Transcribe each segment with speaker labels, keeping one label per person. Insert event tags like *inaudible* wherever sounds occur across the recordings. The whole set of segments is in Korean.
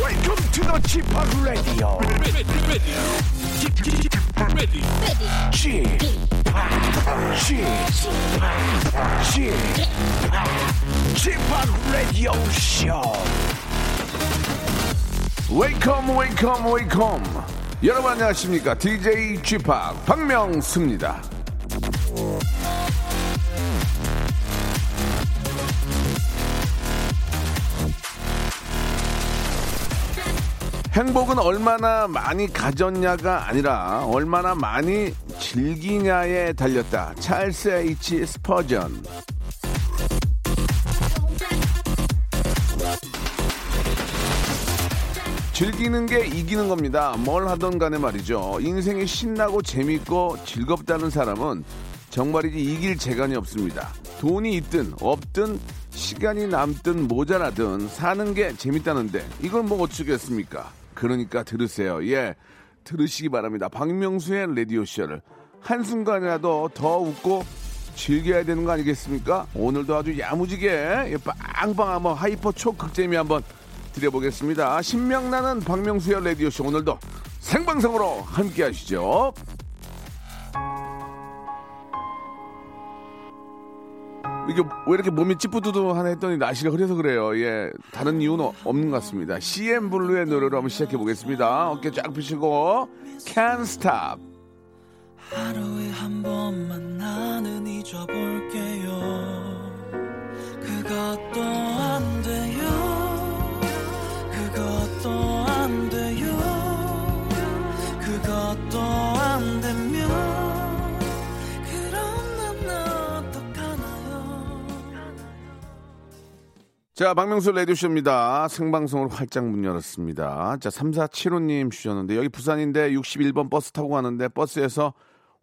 Speaker 1: Welcome to the g p o p Radio.
Speaker 2: ready, ready, ready, ready.
Speaker 1: g p o p g p o p g p o p Radio Show.
Speaker 3: 웨이컴 웨이컴 웨이컴 여러분 안녕하십니까 DJ g p o p 박명수입니다 행복은 얼마나 많이 가졌냐가 아니라 얼마나 많이 즐기냐에 달렸다 찰스 H 스퍼전 즐기는 게 이기는 겁니다. 뭘 하던 간에 말이죠. 인생이 신나고 재밌고 즐겁다는 사람은 정말이지 이길 재간이 없습니다. 돈이 있든 없든 시간이 남든 모자라든 사는 게 재밌다는데 이걸 뭐 어쩌겠습니까? 그러니까 들으세요. 예, 들으시기 바랍니다. 박명수의 라디오쇼를 한순간이라도 더 웃고 즐겨야 되는 거 아니겠습니까? 오늘도 아주 야무지게 예, 빵빵 한번 하이퍼 초극재미 한번 드려보겠습니다. 신명나는 박명수의 라디오쇼 오늘도 생방송으로 함께 하시죠. 이게 왜 이렇게 몸이 찌뿌두두하나 했더니 날씨가 흐려서 그래요. 예, 다른 이유는 어- 없는 것 같습니다. CM 블루의 노래로 한번 시작해 보겠습니다. 어깨 쫙 펴시고 Can't Stop.
Speaker 4: 하루에 한 번만 나는 잊어볼게요. 그것도 안 돼요. 그것도 안 돼요. 그것도 안 되면 그럼 난 어떡하나요?
Speaker 3: 자, 박명수 레디오쇼입니다. 생방송으로 활짝 문 열었습니다. 자, 3475님 주셨는데, 여기 부산인데 61번 버스 타고 가는데, 버스에서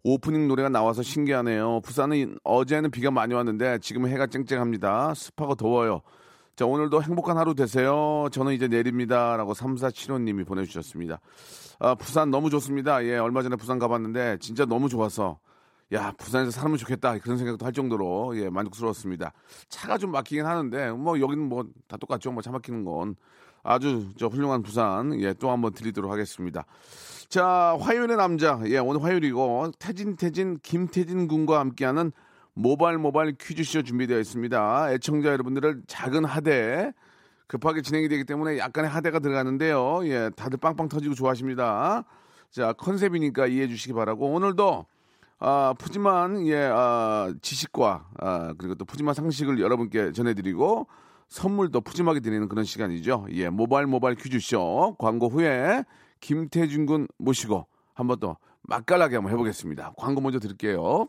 Speaker 3: 오프닝 노래가 나와서 신기하네요. 부산은 어제는 비가 많이 왔는데, 지금은 해가 쨍쨍합니다. 습하고 더워요. 자, 오늘도 행복한 하루 되세요. 저는 이제 내립니다. 라고 3475님이 보내주셨습니다. 아, 부산 너무 좋습니다. 예, 얼마 전에 부산 가봤는데, 진짜 너무 좋아서. 야, 부산에서 살면 좋겠다. 그런 생각도 할 정도로, 예, 만족스러웠습니다. 차가 좀 막히긴 하는데 뭐 여기는 뭐 다 똑같죠. 뭐 차 막히는 건 아주 저 훌륭한 부산 예 또 한번 드리도록 하겠습니다. 자 화요일의 남자 예 오늘 화요일이고 태진 태진 김태진 군과 함께하는 모발 모발 퀴즈쇼 준비되어 있습니다. 애청자 여러분들을 작은 하대 급하게 진행이 되기 때문에 약간의 하대가 들어가는데요. 예 다들 빵빵 터지고 좋아하십니다. 자 컨셉이니까 이해해 주시기 바라고 오늘도 아, 푸짐한 예, 아, 지식과 아, 그리고 또 푸짐한 상식을 여러분께 전해드리고 선물도 푸짐하게 드리는 그런 시간이죠. 예, 모발 모발 퀴즈쇼 광고 후에 김태준 군 모시고 한번 또 맛깔나게 한번 해보겠습니다. 광고 먼저 드릴게요.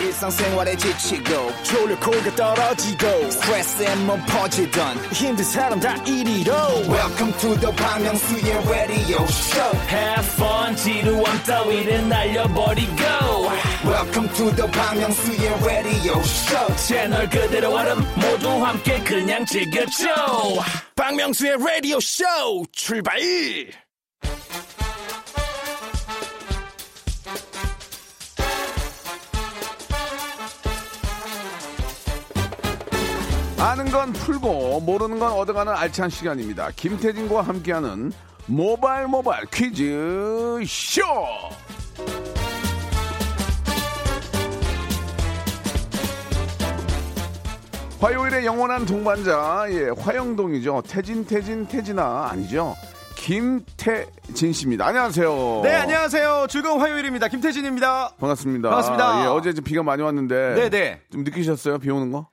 Speaker 5: 일상생활에 지치고, 졸려 코가 떨어지고, 스트레스에 몸 퍼지던, 힘든 사람 다 이리로. welcome to the Bang Myung-soo's radio show
Speaker 4: Have fun 지루함 따위를 날려버리고
Speaker 5: welcome to the Bang Myung-soo's radio show
Speaker 4: 채널 그대로 얼음 모두 함께 그냥 즐겨줘
Speaker 5: 박명수의 radio show 출발
Speaker 3: 아는 건 풀고 모르는 건 얻어가는 알찬 시간입니다. 김태진과 함께하는 모발 모발 퀴즈 쇼. 화요일의 영원한 동반자 예 화영동이죠. 태진 태진 태진아 아니죠. 김태진 씨입니다. 안녕하세요.
Speaker 6: 네, 안녕하세요. 즐거운 화요일입니다. 김태진입니다.
Speaker 3: 반갑습니다.
Speaker 6: 반갑습니다.
Speaker 3: 예, 어제 이제 비가 많이 왔는데
Speaker 6: 네, 네.
Speaker 3: 좀 느끼셨어요? 비 오는 거?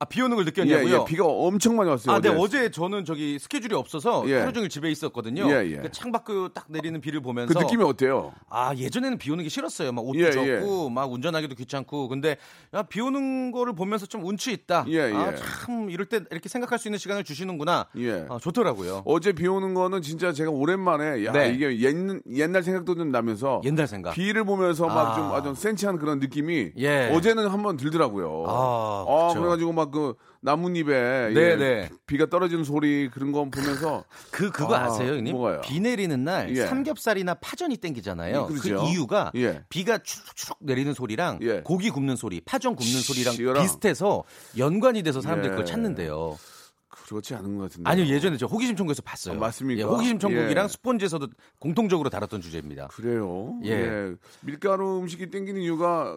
Speaker 6: 아, 비 오는 걸
Speaker 3: 예,
Speaker 6: 느꼈냐고요?
Speaker 3: 예. 비가 엄청 많이 왔어요.
Speaker 6: 아, 네,
Speaker 3: 어제.
Speaker 6: 어제 저는 저기 스케줄이 없어서
Speaker 3: 예.
Speaker 6: 하루 종일 집에 있었거든요.
Speaker 3: 예, 예.
Speaker 6: 그 창밖으로 딱 내리는 비를 보면서
Speaker 3: 그 느낌이 어때요?
Speaker 6: 아, 예전에는 비 오는 게 싫었어요. 막 옷도
Speaker 3: 예,
Speaker 6: 젖고 막 운전하기도 귀찮고. 근데 야, 비 오는 거를 보면서 좀 운치 있다.
Speaker 3: 예, 예.
Speaker 6: 아, 참 이럴 때 이렇게 생각할 수 있는 시간을 주시는구나.
Speaker 3: 예.
Speaker 6: 아, 좋더라고요.
Speaker 3: 어제 비 오는 거는 진짜 제가 오랜만에 야
Speaker 6: 네.
Speaker 3: 이게 옛, 옛날 생각도 좀 나면서
Speaker 6: 옛날 생각.
Speaker 3: 비를 보면서 막
Speaker 6: 아.
Speaker 3: 좀 아, 좀 센치한 그런 느낌이
Speaker 6: 예.
Speaker 3: 어제는 한번 들더라고요.
Speaker 6: 아, 그쵸.
Speaker 3: 그래가지고 막 그 나뭇잎에
Speaker 6: 네,
Speaker 3: 예,
Speaker 6: 네.
Speaker 3: 비가 떨어지는 소리 그런 거 보면서
Speaker 6: 그 그거
Speaker 3: 아,
Speaker 6: 아, 세요 형님?
Speaker 3: 뭐가요?
Speaker 6: 비 내리는 날
Speaker 3: 예.
Speaker 6: 삼겹살이나 파전이 땡기잖아요.
Speaker 3: 예,
Speaker 6: 그
Speaker 3: 그러죠.
Speaker 6: 이유가
Speaker 3: 예.
Speaker 6: 비가 추룩추룩 내리는 소리랑
Speaker 3: 예.
Speaker 6: 고기 굽는 소리, 파전 굽는 소리랑
Speaker 3: 이거랑.
Speaker 6: 비슷해서 연관이 돼서 사람들이
Speaker 3: 예.
Speaker 6: 그걸 찾는데요.
Speaker 3: 그렇지 않은 것 같은데.
Speaker 6: 아니요 예전에 저 호기심 천국에서 봤어요.
Speaker 3: 아, 맞습니까?
Speaker 6: 예, 호기심 천국이랑
Speaker 3: 예.
Speaker 6: 스폰지에서도 공통적으로 다뤘던 주제입니다.
Speaker 3: 그래요.
Speaker 6: 예.
Speaker 3: 밀가루 음식이 땡기는 이유가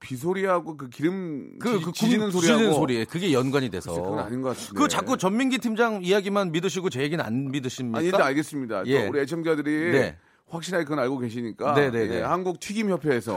Speaker 3: 비소리하고 그 기름
Speaker 6: 그,
Speaker 3: 지,
Speaker 6: 그
Speaker 3: 지지는
Speaker 6: 굽-
Speaker 3: 소리하고
Speaker 6: 지지는 소리에 그게 연관이 돼서
Speaker 3: 글쎄, 그건 아닌 것 같은데.
Speaker 6: 그거 자꾸 전민기 팀장 이야기만 믿으시고 제 얘기는 안 믿으십니까?
Speaker 3: 아니 일단 알겠습니다. 또
Speaker 6: 예.
Speaker 3: 우리 애청자들이
Speaker 6: 네.
Speaker 3: 확실하게 그건 알고 계시니까
Speaker 6: 네, 네, 네.
Speaker 3: 예, 한국 튀김 협회에서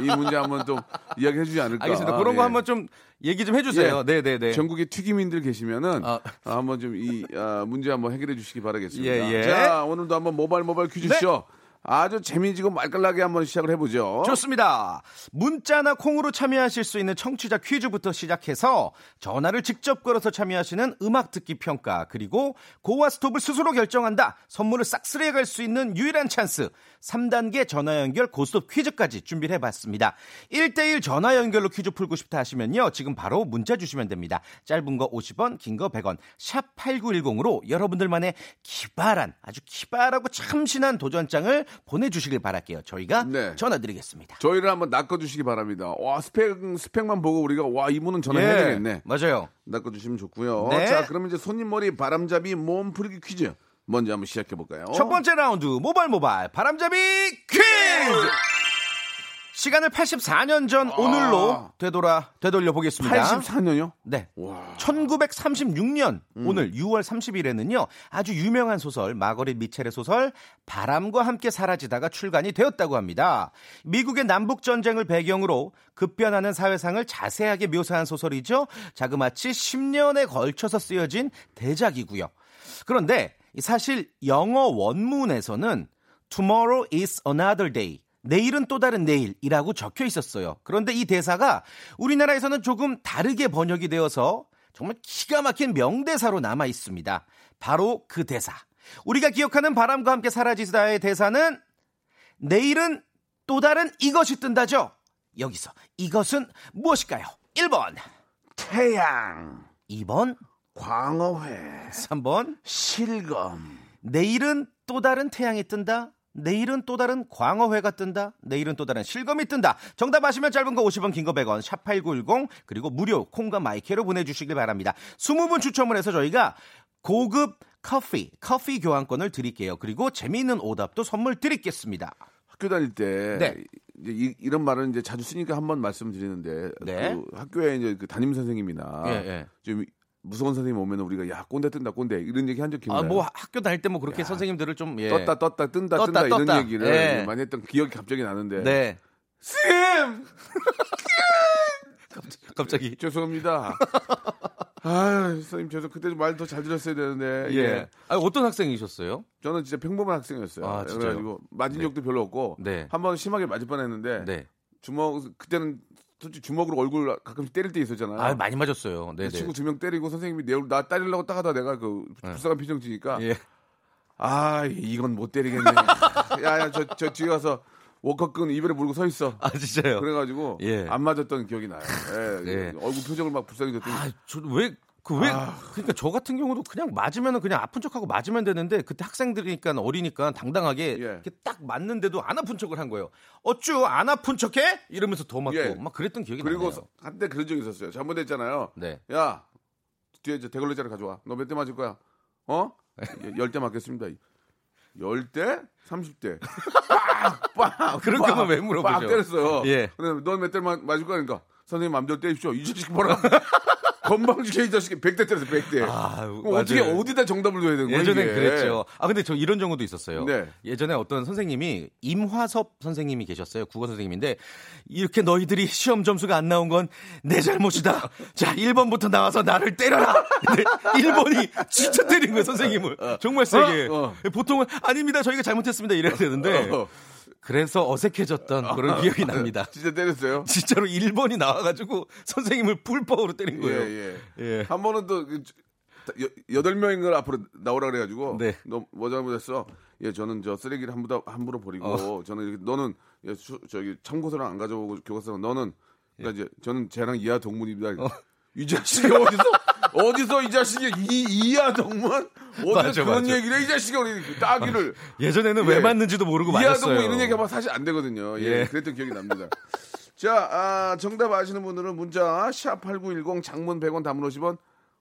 Speaker 3: 이 문제 한번 좀 이야기해 주지 않을까.
Speaker 6: 겠습니다 그런 거
Speaker 3: 예.
Speaker 6: 한번 좀 얘기 좀 해주세요.
Speaker 3: 예.
Speaker 6: 네네네.
Speaker 3: 전국의 튀김인들 계시면은
Speaker 6: 아.
Speaker 3: 아, 한번 좀 이 문제 한번 해결해 주시기 바라겠습니다.
Speaker 6: 예, 네. 예.
Speaker 3: 자 오늘도 한번 모발 모발 퀴즈쇼 아주 재미지고 말깔나게 한번 시작을 해보죠.
Speaker 6: 좋습니다. 문자나 콩으로 참여하실 수 있는 청취자 퀴즈부터 시작해서 전화를 직접 걸어서 참여하시는 음악 듣기 평가 그리고 고와 스톱을 스스로 결정한다. 선물을 싹쓸이해 갈 수 있는 유일한 찬스. 3단계 전화 연결 고스톱 퀴즈까지 준비를 해봤습니다. 1대1 전화 연결로 퀴즈 풀고 싶다 하시면요. 지금 바로 문자 주시면 됩니다. 짧은 거 50원, 긴 거 100원, 샵 8910으로 여러분들만의 기발한 아주 기발하고 참신한 도전장을 보내주시길 바랄게요. 저희가
Speaker 3: 네.
Speaker 6: 전화드리겠습니다.
Speaker 3: 저희를 한번 낚아주시기 바랍니다. 와 스펙 스펙만 보고 우리가 와 이분은 예. 전화해야 되겠네.
Speaker 6: 맞아요.
Speaker 3: 낚아주시면 좋고요.
Speaker 6: 예. 네.
Speaker 3: 자 그러면 이제 손님 머리 바람잡이 몸 풀기 퀴즈 먼저 한번 시작해 볼까요?
Speaker 6: 첫 번째 라운드 모발 모발 바람잡이
Speaker 3: 아.
Speaker 6: 퀴즈. 시간을 84년 전 오늘로 되돌아 되돌려 보겠습니다.
Speaker 3: 84년요?
Speaker 6: 네. 1936년
Speaker 3: 음.
Speaker 6: 오늘 6월 30일에는요. 아주 유명한 소설 마거릿 미첼의 소설 바람과 함께 사라지다가 출간이 되었다고 합니다. 미국의 남북 전쟁을 배경으로 급변하는 사회상을 자세하게 묘사한 소설이죠. 자그마치 10년에 걸쳐서 쓰여진 대작이고요. 그런데 사실 영어 원문에서는 Tomorrow is another day. 내일은 또 다른 내일이라고 적혀 있었어요. 그런데 이 대사가 우리나라에서는 조금 다르게 번역이 되어서 정말 기가 막힌 명대사로 남아 있습니다. 바로 그 대사. 우리가 기억하는 바람과 함께 사라지다의 대사는 내일은 또 다른 이것이 뜬다죠. 여기서 이것은 무엇일까요? 1번,
Speaker 3: 태양,
Speaker 6: 2번,
Speaker 3: 광어회,
Speaker 6: 3번.
Speaker 3: 실검.
Speaker 6: 내일은 또 다른 태양이 뜬다. 내일은 또 다른 광어회가 뜬다. 내일은 또 다른 실검이 뜬다. 정답 아시면 짧은 거 50원, 긴 거 100원, 샵8910 그리고 무료 콩과 마이케로 보내주시길 바랍니다. 20분 추첨을 해서 저희가 고급 커피, 커피 교환권을 드릴게요. 그리고 재미있는 오답도 선물 드리겠습니다.
Speaker 3: 학교 다닐 때
Speaker 6: 네.
Speaker 3: 이제 이, 이런 말은 이제 자주 쓰니까 한 번 말씀드리는데
Speaker 6: 네.
Speaker 3: 그 학교에 이제 그 담임 선생님이나
Speaker 6: 예, 예.
Speaker 3: 좀 무서운 선생님 오면 우리가 야 꼰대 뜬다 꼰대 이런 얘기 한 적 기억나요?
Speaker 6: 아, 뭐 학교 다닐 때 뭐 그렇게 선생님들을 좀 예.
Speaker 3: 떴다 떴다 뜬다
Speaker 6: 떴다,
Speaker 3: 뜬다, 이런
Speaker 6: 떴다.
Speaker 3: 얘기를
Speaker 6: 예.
Speaker 3: 많이 했던 기억이 갑자기 나는데
Speaker 6: 네.
Speaker 3: 쌤
Speaker 6: *laughs* 갑자기 *laughs*
Speaker 3: 죄송합니다. 아 선생님 죄송 그때 말 더 잘 들었어야 되는데
Speaker 6: 예.
Speaker 3: 예.
Speaker 6: 아, 어떤 학생이셨어요?
Speaker 3: 저는 진짜 평범한 학생이었어요.
Speaker 6: 아, 진짜요?
Speaker 3: 그래가지고 맞은 적도 별로 없고
Speaker 6: 네.
Speaker 3: 한 번 심하게 맞을 뻔했는데 주먹 그때는 솔직히 주먹으로 얼굴 가끔씩 때릴 때 있었잖아요.
Speaker 6: 아, 많이 맞았어요. 네,
Speaker 3: 그
Speaker 6: 네.
Speaker 3: 친구 두 명 때리고 선생님이 내 얼굴 나 때리려고 딱 하다 내가 그 불쌍한 표정 지니까
Speaker 6: 예.
Speaker 3: 아 이건 못
Speaker 6: *laughs*
Speaker 3: 때리겠네. 야야 저 저 뒤에 가서 워커끈 입에 물고 서 있어.
Speaker 6: 아, 진짜요?
Speaker 3: 그래가지고
Speaker 6: 예.
Speaker 3: 안 맞았던 기억이 나요. 예,
Speaker 6: 예.
Speaker 3: 얼굴 표정을 막 불쌍해졌더니
Speaker 6: 아, 저왜그 왜?
Speaker 3: 아.
Speaker 6: 그러니까 저 같은 경우도 그냥 맞으면은 그냥 아픈 척하고 맞으면 되는데 그때 학생들이니까 어리니까 당당하게
Speaker 3: 예.
Speaker 6: 이렇게 딱 맞는데도 안 아픈 척을 한 거예요. 어쭈 안 아픈 척해? 이러면서 더 맞고
Speaker 3: 예.
Speaker 6: 막 그랬던 기억이
Speaker 3: 그리고
Speaker 6: 나네요.
Speaker 3: 한때 그런 적이 있었어요. 잘못했잖아요.
Speaker 6: 네.
Speaker 3: 야 뒤에 이제 대걸레자를 가져와. 너 몇 대 맞을 거야? 어? 열 대 맞겠습니다. 열 대? 삼십 대. 빡빡.
Speaker 6: *laughs* 그런 거는 왜 물어보죠?
Speaker 3: 빡 때렸어요.
Speaker 6: 예.
Speaker 3: 그러니까 넌몇 대 맞을 거니까 선생님 맘대로 때리십시오. 이 자식 뭐라. *laughs* 건방지게 이 자식이 100대 때렸어, 100대.
Speaker 6: 아유,
Speaker 3: 그럼 어떻게,
Speaker 6: 맞아요.
Speaker 3: 어디다 정답을 둬야 되는 거예요?
Speaker 6: 그 예전엔
Speaker 3: 이게? 어.
Speaker 6: 그랬죠. 아 근데 저 이런 경우도 있었어요.
Speaker 3: 네.
Speaker 6: 예전에 어떤 선생님이 임화섭 선생님이 계셨어요. 국어 선생님인데 이렇게 너희들이 시험 점수가 안 나온 건
Speaker 3: *laughs*
Speaker 6: 내 잘못이다. 자, 1번부터 나와서 나를 때려라. 근데 1번이 진짜 때린 거예요, 선생님을. 정말 세게. 예,
Speaker 3: 어?
Speaker 6: 보통은 아닙니다. 저희가 잘못했습니다. 이래야 되는데
Speaker 3: 어.
Speaker 6: 그래서 어색해졌던 그런 기억이 네,
Speaker 3: *laughs*
Speaker 6: 납니다.
Speaker 3: 진짜 때렸어요?
Speaker 6: 진짜로 1번이 나와가지고 선생님을 불법으로 때린 거예요.
Speaker 3: 예, 예.
Speaker 6: 예.
Speaker 3: 한 번은 또, 그, 저, 여- 여덟 명인 걸 앞으로 나오라 그래가지고.
Speaker 6: 네.
Speaker 3: 너, 뭐 잘못했어? 예, 저는 저 쓰레기를 함부로, 함부로 버리고.
Speaker 6: 어.
Speaker 3: 저는 이렇게, 너는, 예, 수- 저기, 참고서랑 안 가져오고 교과서랑 너는.
Speaker 6: 예.
Speaker 3: 그러니까 이제, 저는 쟤랑 이하 동문입니다.
Speaker 6: 어.
Speaker 3: *laughs* 이 자식이 어디서, 어디서 이 자식이 이, 이하
Speaker 6: *laughs*
Speaker 3: 동문? 어디서
Speaker 6: 맞아, 어.
Speaker 3: 그런
Speaker 6: 맞아.
Speaker 3: 얘기를 해? 이 자식이 우리 따기를.
Speaker 6: 예전에는
Speaker 3: 예.
Speaker 6: 왜 맞는지도 모르고
Speaker 3: 이하
Speaker 6: 맞았어요.
Speaker 3: 동문 뭐 이런 얘기하면 사실 안 되거든요. 예,
Speaker 6: 예.
Speaker 3: 그랬던 기억이 납니다. *laughs* 자, 아, 정답 아시는 분들은 문자 샵8910 장문 100원 담문 50원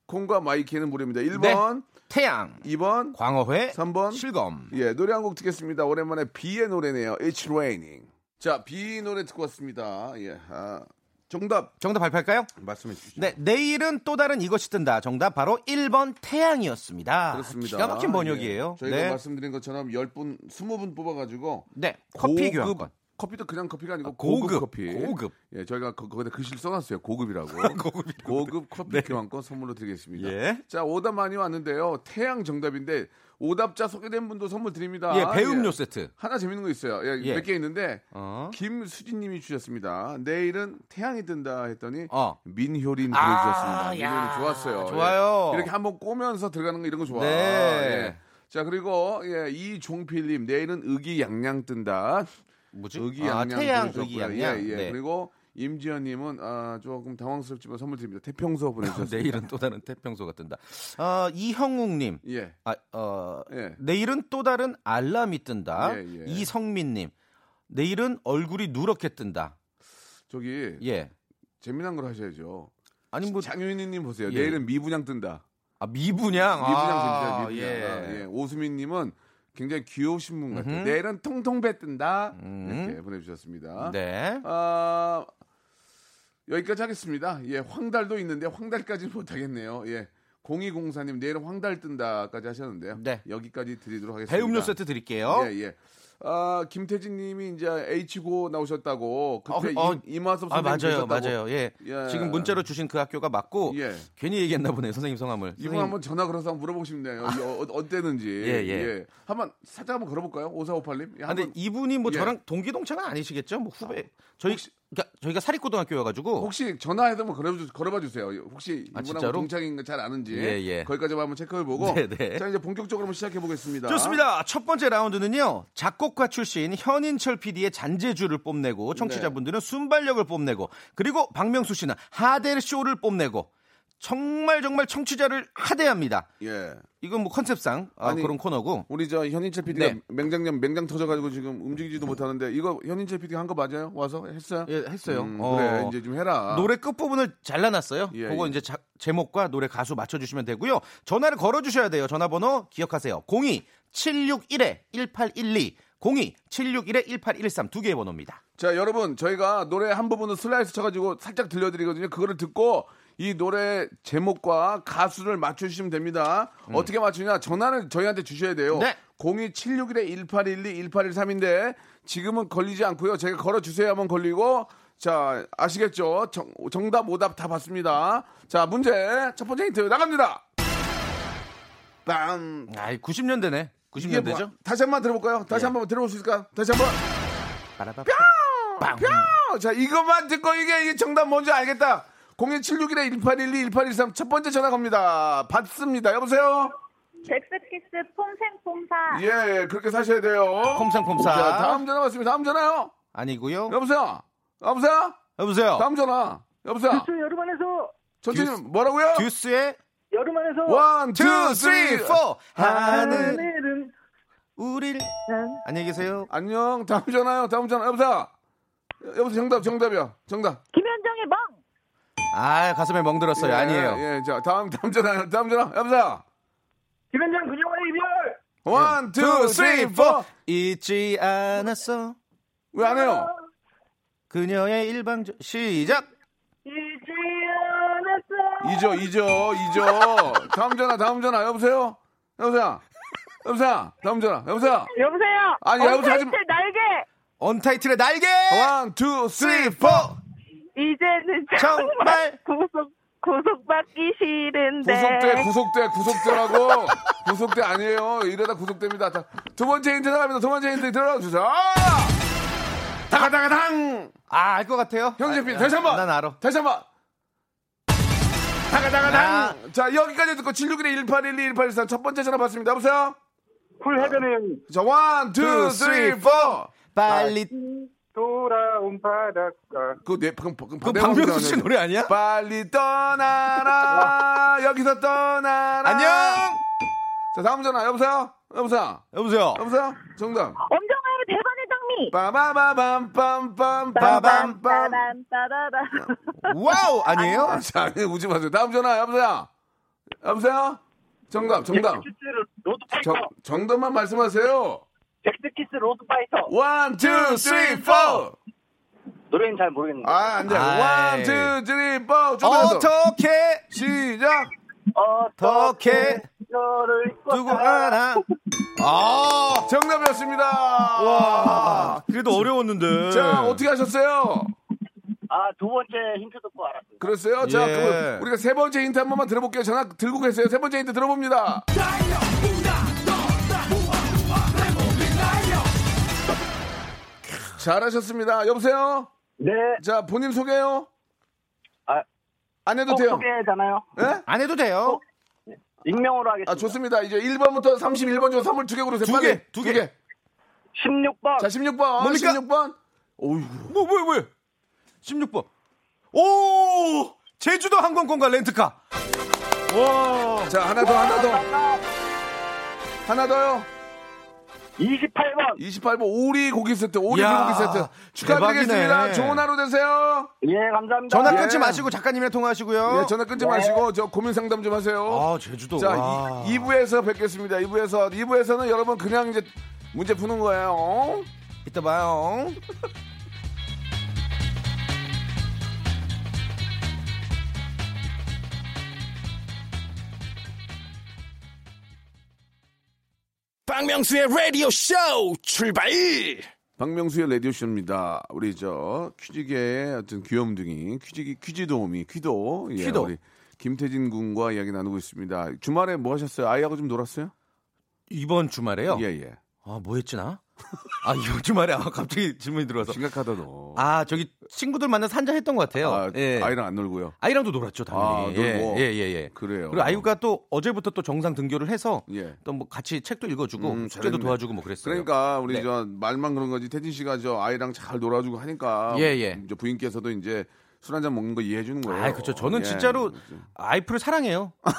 Speaker 3: 콩과 마이키는 무료입니다. 1번,
Speaker 6: 태양.
Speaker 3: 2번,
Speaker 6: 광어회,
Speaker 3: 3번.
Speaker 6: 네. 실검.
Speaker 3: 예, 노래 한 곡 듣겠습니다. 오랜만에 비의 노래네요. It's raining. 자, 비 노래 듣고 왔습니다. 예, 아, 정답
Speaker 6: 정답 발표할까요?
Speaker 3: 말씀해 주시죠.
Speaker 6: 네, 내일은 또 다른 이것이 뜬다. 정답 바로 1번 태양이었습니다.
Speaker 3: 그렇습니다.
Speaker 6: 아, 기가 막힌 번역이에요.
Speaker 3: 예, 저희가
Speaker 6: 네.
Speaker 3: 말씀드린 것처럼 10분, 20분 뽑아가지고
Speaker 6: 네, 커피
Speaker 3: 고급
Speaker 6: 교환권.
Speaker 3: 커피도 그냥 커피가 아니고
Speaker 6: 아,
Speaker 3: 고급,
Speaker 6: 고급,
Speaker 3: 커피.
Speaker 6: 고급. 아,
Speaker 3: 예, 저희가 거, 거기다 글씨를 써놨어요.
Speaker 6: *laughs*
Speaker 3: 고급이라고.
Speaker 6: 고급이라고. 네.
Speaker 3: 고급 커피 교환권 선물로 드리겠습니다.
Speaker 6: 예.
Speaker 3: 자, 오답 많이 왔는데요. 태양 정답인데 오답자 소개된 분도 선물 드립니다.
Speaker 6: 예, 배음료
Speaker 3: 예.
Speaker 6: 세트.
Speaker 3: 하나 재밌는 거 있어요. 예,
Speaker 6: 예.
Speaker 3: 몇 개 있는데
Speaker 6: 어.
Speaker 3: 김수진님이 주셨습니다. 내일은 태양이 든다 했더니
Speaker 6: 어. 아,
Speaker 3: 민효린 보내주셨습니다. 민효린 좋았어요.
Speaker 6: 좋아요.
Speaker 3: 예. 이렇게 한번 꼬면서 들어가는 거 이런 거 좋아.
Speaker 6: 네.
Speaker 3: 예. 자 그리고 예, 이종필님 내일은 의기양양 뜬다.
Speaker 6: 뭐지? 아,
Speaker 3: 의기양양
Speaker 6: 태양
Speaker 3: 보내주셨고요.
Speaker 6: 의기양양.
Speaker 3: 예, 예.
Speaker 6: 네.
Speaker 3: 그리고 임지연님은 아, 조금 당황스럽지만 선물 드립니다.
Speaker 6: *laughs*
Speaker 3: 태평소
Speaker 6: 네.
Speaker 3: 보내주셨습니다.
Speaker 6: *laughs* 내일은 또 다른 태평소가 뜬다. 어, 이형욱님.
Speaker 3: 예.
Speaker 6: 아, 어,
Speaker 3: 예.
Speaker 6: 내일은 또 다른 알람이 뜬다.
Speaker 3: 예, 예.
Speaker 6: 이성민님. 내일은 얼굴이 누렇게 뜬다.
Speaker 3: 저기
Speaker 6: 예.
Speaker 3: 재미난 걸 하셔야죠.
Speaker 6: 아니 뭐
Speaker 3: 장윤희님 보세요.
Speaker 6: 예.
Speaker 3: 내일은 미분양 뜬다.
Speaker 6: 아, 미분양. 아,
Speaker 3: 미분양 괜찮아요. 미분양.
Speaker 6: 예.
Speaker 3: 아, 예. 오수민님은 굉장히 귀여우신 분 같아요. 내일은 통통 뱉든다 이렇게 보내주셨습니다.
Speaker 6: 음. 네.
Speaker 3: 아, 여기까지 하겠습니다. 예, 황달도 있는데 황달까지는 *laughs* 못하겠네요. 예. 0204님 내일은 황달 뜬다까지 하셨는데요.
Speaker 6: 네.
Speaker 3: 여기까지 드리도록 하겠습니다.
Speaker 6: 배음료 세트 드릴게요.
Speaker 3: 예, 예. 아, 김태진 님이 이제 H고 나오셨다고.
Speaker 6: 어,
Speaker 3: 그때
Speaker 6: 어,
Speaker 3: 임, 임화섭
Speaker 6: 아
Speaker 3: 선생님 계셨다고.
Speaker 6: 맞아요, 맞아요. 예.
Speaker 3: 예.
Speaker 6: 지금 문자로 주신 그 학교가 맞고
Speaker 3: 예.
Speaker 6: 괜히 얘기했나 보네요, 선생님 성함을.
Speaker 3: 이분
Speaker 6: 선생님, 아.
Speaker 3: 한번 전화 걸어서 한번 물어보고 싶네요. 이 어, 어땠는지.
Speaker 6: 예, 예.
Speaker 3: 한번 살짝 한번 걸어볼까요? 5458님.
Speaker 6: 아, 근데 이분이 뭐
Speaker 3: 예.
Speaker 6: 저랑 동기 동창은 아니시겠죠? 뭐 후배. 저희 그러니까 저희가 사립고등학교여가지고
Speaker 3: 혹시 전화해서 한번 걸어주, 걸어봐 주세요. 혹시
Speaker 6: 아,
Speaker 3: 이분하고
Speaker 6: 진짜로?
Speaker 3: 동창인 거 잘 아는지.
Speaker 6: 예, 예.
Speaker 3: 거기까지 한번 체크해보고.
Speaker 6: 네, 네.
Speaker 3: 자, 이제 본격적으로 한번 시작해보겠습니다.
Speaker 6: 좋습니다. 첫 번째 라운드는요. 작곡가 출신 현인철 PD의 잔재주를
Speaker 3: 네.
Speaker 6: 뽐내고 청취자분들은 순발력을 뽐내고 그리고 박명수 씨는 하대 쇼를 뽐내고 정말 정말 청취자를 하대합니다.
Speaker 3: 예.
Speaker 6: 이건 뭐 컨셉상 아,
Speaker 3: 아니,
Speaker 6: 그런 코너고.
Speaker 3: 우리 저 현인철 PD가
Speaker 6: 네.
Speaker 3: 맹장염 맹장 터져가지고 지금 움직이지도 못하는데 이거 현인철 PD 가 한 거 맞아요? 와서 했어요?
Speaker 6: 예, 했어요.
Speaker 3: 음,
Speaker 6: 어.
Speaker 3: 그래 이제 좀 해라.
Speaker 6: 노래 끝부분을 잘라놨어요.
Speaker 3: 아. 예,
Speaker 6: 그거
Speaker 3: 예.
Speaker 6: 이제 자- 제목과 노래 가수 맞춰주시면 되고요. 전화를 걸어주셔야 돼요. 전화번호 기억하세요. 02-761-1812. 02-761-1813. 두 개의 번호입니다.
Speaker 3: 자 여러분 저희가 노래 한 부분을 슬라이스 쳐가지고 살짝 들려드리거든요. 그거를 듣고 이 노래 제목과 가수를 맞춰주시면 됩니다. 어떻게 맞추냐? 전화를 저희한테 주셔야 돼요.
Speaker 6: 음. 네.
Speaker 3: 02761-1812, 1813인데 지금은 걸리지 않고요. 제가 걸어주세요만 걸리고 자 아시겠죠? 정, 답 오답 다 봤습니다. 자 문제 첫 번째 힌트 나갑니다. 빵
Speaker 6: 아이, 90년대네.
Speaker 3: 이게 뭐-
Speaker 6: 90년대죠? 예.
Speaker 3: 다시 한 번 들어볼까요? 다시 한 번 들어볼 수 있을까요? 다시 한 번.
Speaker 6: 빠라바-
Speaker 3: 빵! 자, 이것만 듣고 이게, 이게 정답 뭔지 알겠다. 01761에 1812, 1813 첫 번째 전화 겁니다. 받습니다. 여보세요?
Speaker 7: 잭스키스 폼생폼사.
Speaker 3: 예, 예, 그렇게 사셔야 돼요.
Speaker 6: 폼상폼사.
Speaker 3: 자, 다음 전화 받습니다. 다음 전화요?
Speaker 6: 아니고요.
Speaker 3: 여보세요? 여보세요?
Speaker 6: 여보세요.
Speaker 3: 다음 전화. 여보세요?
Speaker 8: 여름 안에서
Speaker 3: 천천히, 뭐라고요?
Speaker 6: 듀스의
Speaker 8: 여름 안에서
Speaker 3: 원,
Speaker 6: 2,
Speaker 3: 투, 쓰리, 아.
Speaker 6: 3,
Speaker 3: 포!
Speaker 6: 4 하늘 음.
Speaker 8: 하늘은
Speaker 6: 우릴 안녕히 계세요.
Speaker 3: 안녕, 다음 전화요. 다음 전화. 여보세요? 여보세요? 정답, 정답이요. 정답.
Speaker 7: 김현정의 멍.
Speaker 6: 아 가슴에 멍들었어요.
Speaker 3: 예,
Speaker 6: 아니에요.
Speaker 3: 예, 자, 다음, 다음 전화, 다음 전화. 여보세요?
Speaker 8: 김현장 근영원의 이별.
Speaker 6: 예.
Speaker 3: 원, 투, 쓰리, 포!
Speaker 6: 잊지 않았어.
Speaker 3: 왜 안 해요?
Speaker 6: 그녀의 일방적 시작.
Speaker 7: 잊지
Speaker 3: 잊어,
Speaker 7: 않았어.
Speaker 3: 잊어, 잊어. 다음 전화, 다음 전화. 여보세요? 여보세요? 여보세요? 다음 전화. 여보세요?
Speaker 8: 네.
Speaker 7: 여보세요.
Speaker 3: 아니, 여보세요, 하지 마.
Speaker 7: 언타이틀 날개.
Speaker 6: 언타이틀의 날개!
Speaker 3: 원, 투, 쓰리, 포!
Speaker 7: 이제는
Speaker 6: 정말.
Speaker 7: 정말 구속 구속받기 싫은데.
Speaker 3: 구속대,
Speaker 8: 네.
Speaker 3: 구속대, 구속대라고. 구속대 아니에요. 이러다 구속대입니다. 자, 두 번째 힌트 나갑니다. 두 번째 힌트 들어가 주세요. 다가다가당!
Speaker 6: 아, 알 것 같아요?
Speaker 3: 형제 피 다시 한 번!
Speaker 6: 난 알아.
Speaker 3: 다시 한 번! 다가다가당! 자, 여기까지 듣고 761의 1812, 1813. 첫 번째 전화 받습니다. 여보세요?
Speaker 8: 쿨 해변의 형님.
Speaker 3: 자, 원, 투, 쓰리, 포!
Speaker 6: 빨리.
Speaker 8: 돌아온 바닷가.
Speaker 3: 그거 내, 방금, 방금
Speaker 6: 그 박명수 씨 노래 아니야?
Speaker 3: 빨리 떠나라 여기서 떠나라
Speaker 6: 안녕!
Speaker 3: 자 다음 전화 여보세요 여보세요
Speaker 6: 여보세요?
Speaker 3: 여보세요 정답
Speaker 7: 엄정화의 대반의 장미.
Speaker 3: 빠바바밤 빰빰 빠밤 빰
Speaker 7: 빠밤빠밤.
Speaker 6: 와우! 아니에요?
Speaker 3: 자, 아니, 웃지 마세요 다음 전화 여보세요 여보세요 정답 정답 정, 정답만 말씀하세요
Speaker 8: 잭스키스 로드파이터.
Speaker 3: 원, 투, 쓰리, 포!
Speaker 8: 노래는 잘 모르겠는데.
Speaker 3: 아, 안 돼.
Speaker 6: 아이.
Speaker 3: 원, 투, 쓰리, 포! 조금만 더.
Speaker 6: 어떻게,
Speaker 3: 시작!
Speaker 8: 어,
Speaker 6: 어떻게,
Speaker 8: 너를
Speaker 6: 누구 하나. 아!
Speaker 3: 정답이었습니다.
Speaker 6: 와. 그래도 어려웠는데.
Speaker 3: 자, 어떻게 하셨어요?
Speaker 8: 아두 번째 힌트 듣고 알았어요.
Speaker 3: 그랬어요? 자,
Speaker 6: 예.
Speaker 3: 그럼 우리가 세 번째 힌트 한 번만 들어볼게요. 전화 들고 계세요. 세 번째 힌트 들어봅니다. 잘하셨습니다. 여보세요?
Speaker 8: 네.
Speaker 3: 자, 본인 소개요?
Speaker 8: 아,
Speaker 3: 안 해도
Speaker 8: 꼭
Speaker 3: 돼요.
Speaker 8: 소개잖아요.
Speaker 3: 예?
Speaker 6: 안 해도 돼요.
Speaker 8: 익명으로 하겠습니다.
Speaker 3: 아, 좋습니다. 이제 1번부터 31번 중 선물 두 개 고르세요.
Speaker 6: 두
Speaker 3: 빨리.
Speaker 6: 개, 두 개.
Speaker 8: 16번.
Speaker 3: 자, 16번.
Speaker 6: 뭡니까?
Speaker 3: 16번.
Speaker 6: 뭐, 뭐야, 뭐야. 16번. 오! 제주도 항공권과 렌트카. 와.
Speaker 3: 자, 하나 더, 하나 더. 하나 더요.
Speaker 8: 28번.
Speaker 3: 28번 오리 고기 세트, 오리
Speaker 6: 이야,
Speaker 3: 고기 세트. 축하드리겠습니다.
Speaker 6: 대박이네.
Speaker 3: 좋은 하루 되세요.
Speaker 8: 예, 감사합니다.
Speaker 6: 전화
Speaker 3: 예.
Speaker 6: 끊지 마시고 작가님이랑 통화하시고요.
Speaker 3: 예, 전화 끊지 마시고 저 고민 상담 좀 하세요.
Speaker 6: 어? 아, 제주도.
Speaker 3: 어. 자,
Speaker 6: 와.
Speaker 3: 이 2부에서 뵙겠습니다. 2부에서 2부에서는 여러분 그냥 이제 문제 푸는 거예요. 어?
Speaker 6: 이따 봐요.
Speaker 4: 박명수의 라디오 쇼 출발
Speaker 3: 박명수의 라디오 쇼입니다. 우리 저 퀴즈계의 어떤 귀염둥이, 퀴즈 퀴즈 도우미, 퀴도. 예,
Speaker 6: 퀴도.
Speaker 3: 우리 김태진 군과 이야기 나누고 있습니다. 주말에 뭐 하셨어요? 아이하고 좀 놀았어요?
Speaker 6: 이번 주말에요?
Speaker 3: 예, 예.
Speaker 6: 아, 뭐 했지 나? 아, 이번 주말에 아, 갑자기 질문이 들어와서.
Speaker 3: 심각하다 너.
Speaker 6: 아, 저기 친구들 만나서 한잔 했던 것 같아요.
Speaker 3: 아,
Speaker 6: 예.
Speaker 3: 아이랑 안 놀고요.
Speaker 6: 아이랑도 놀았죠, 당연히.
Speaker 3: 아, 놀고.
Speaker 6: 예, 예, 예, 예.
Speaker 3: 그래요.
Speaker 6: 그리고 아이가 또 어제부터 또 정상 등교를 해서
Speaker 3: 예.
Speaker 6: 또 뭐 같이 책도 읽어주고
Speaker 3: 음,
Speaker 6: 숙제도
Speaker 3: 잘했네.
Speaker 6: 도와주고 뭐 그랬어요.
Speaker 3: 그러니까 우리
Speaker 6: 네.
Speaker 3: 저 말만 그런 거지 태진 씨가 저 아이랑 잘 놀아주고 하니까 뭐
Speaker 6: 예, 예.
Speaker 3: 이제 부인께서도 이제 술 한잔 먹는 거 이해해 주는 거예요.
Speaker 6: 아, 그렇죠. 저는
Speaker 3: 예.
Speaker 6: 진짜로 아이프를 사랑해요.
Speaker 3: *laughs*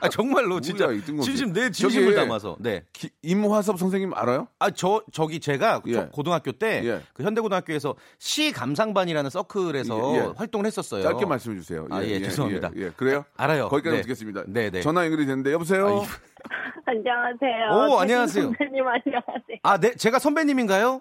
Speaker 6: 아, 정말로 진짜
Speaker 3: 뭐야, 이 뜬금없이.
Speaker 6: 진심 내
Speaker 3: 저기-
Speaker 6: 진심을 담아서. 네.
Speaker 3: 기- 임화섭 선생님 알아요?
Speaker 6: 아, 저, 저기 제가
Speaker 3: 예.
Speaker 6: 저 고등학교 때,
Speaker 3: 예.
Speaker 6: 그 현대고등학교에서 시 감상반이라는 서클에서
Speaker 3: 예, 예.
Speaker 6: 활동을 했었어요.
Speaker 3: 짧게 말씀해 주세요.
Speaker 6: 네. 아, 예, 죄송합니다.
Speaker 3: 예, 예. 그래요?
Speaker 6: 아, 알아요.
Speaker 3: 거기까지
Speaker 6: 네.
Speaker 3: 듣겠습니다.
Speaker 6: 네, 네.
Speaker 3: 전화 연결이 됐는데 여보세요.
Speaker 6: 아, 이-
Speaker 9: 안녕하세요.
Speaker 6: 오,
Speaker 9: 태진
Speaker 6: 안녕하세요.
Speaker 9: 선배님 안녕하세요.
Speaker 6: 아, 네, 제가 선배님인가요?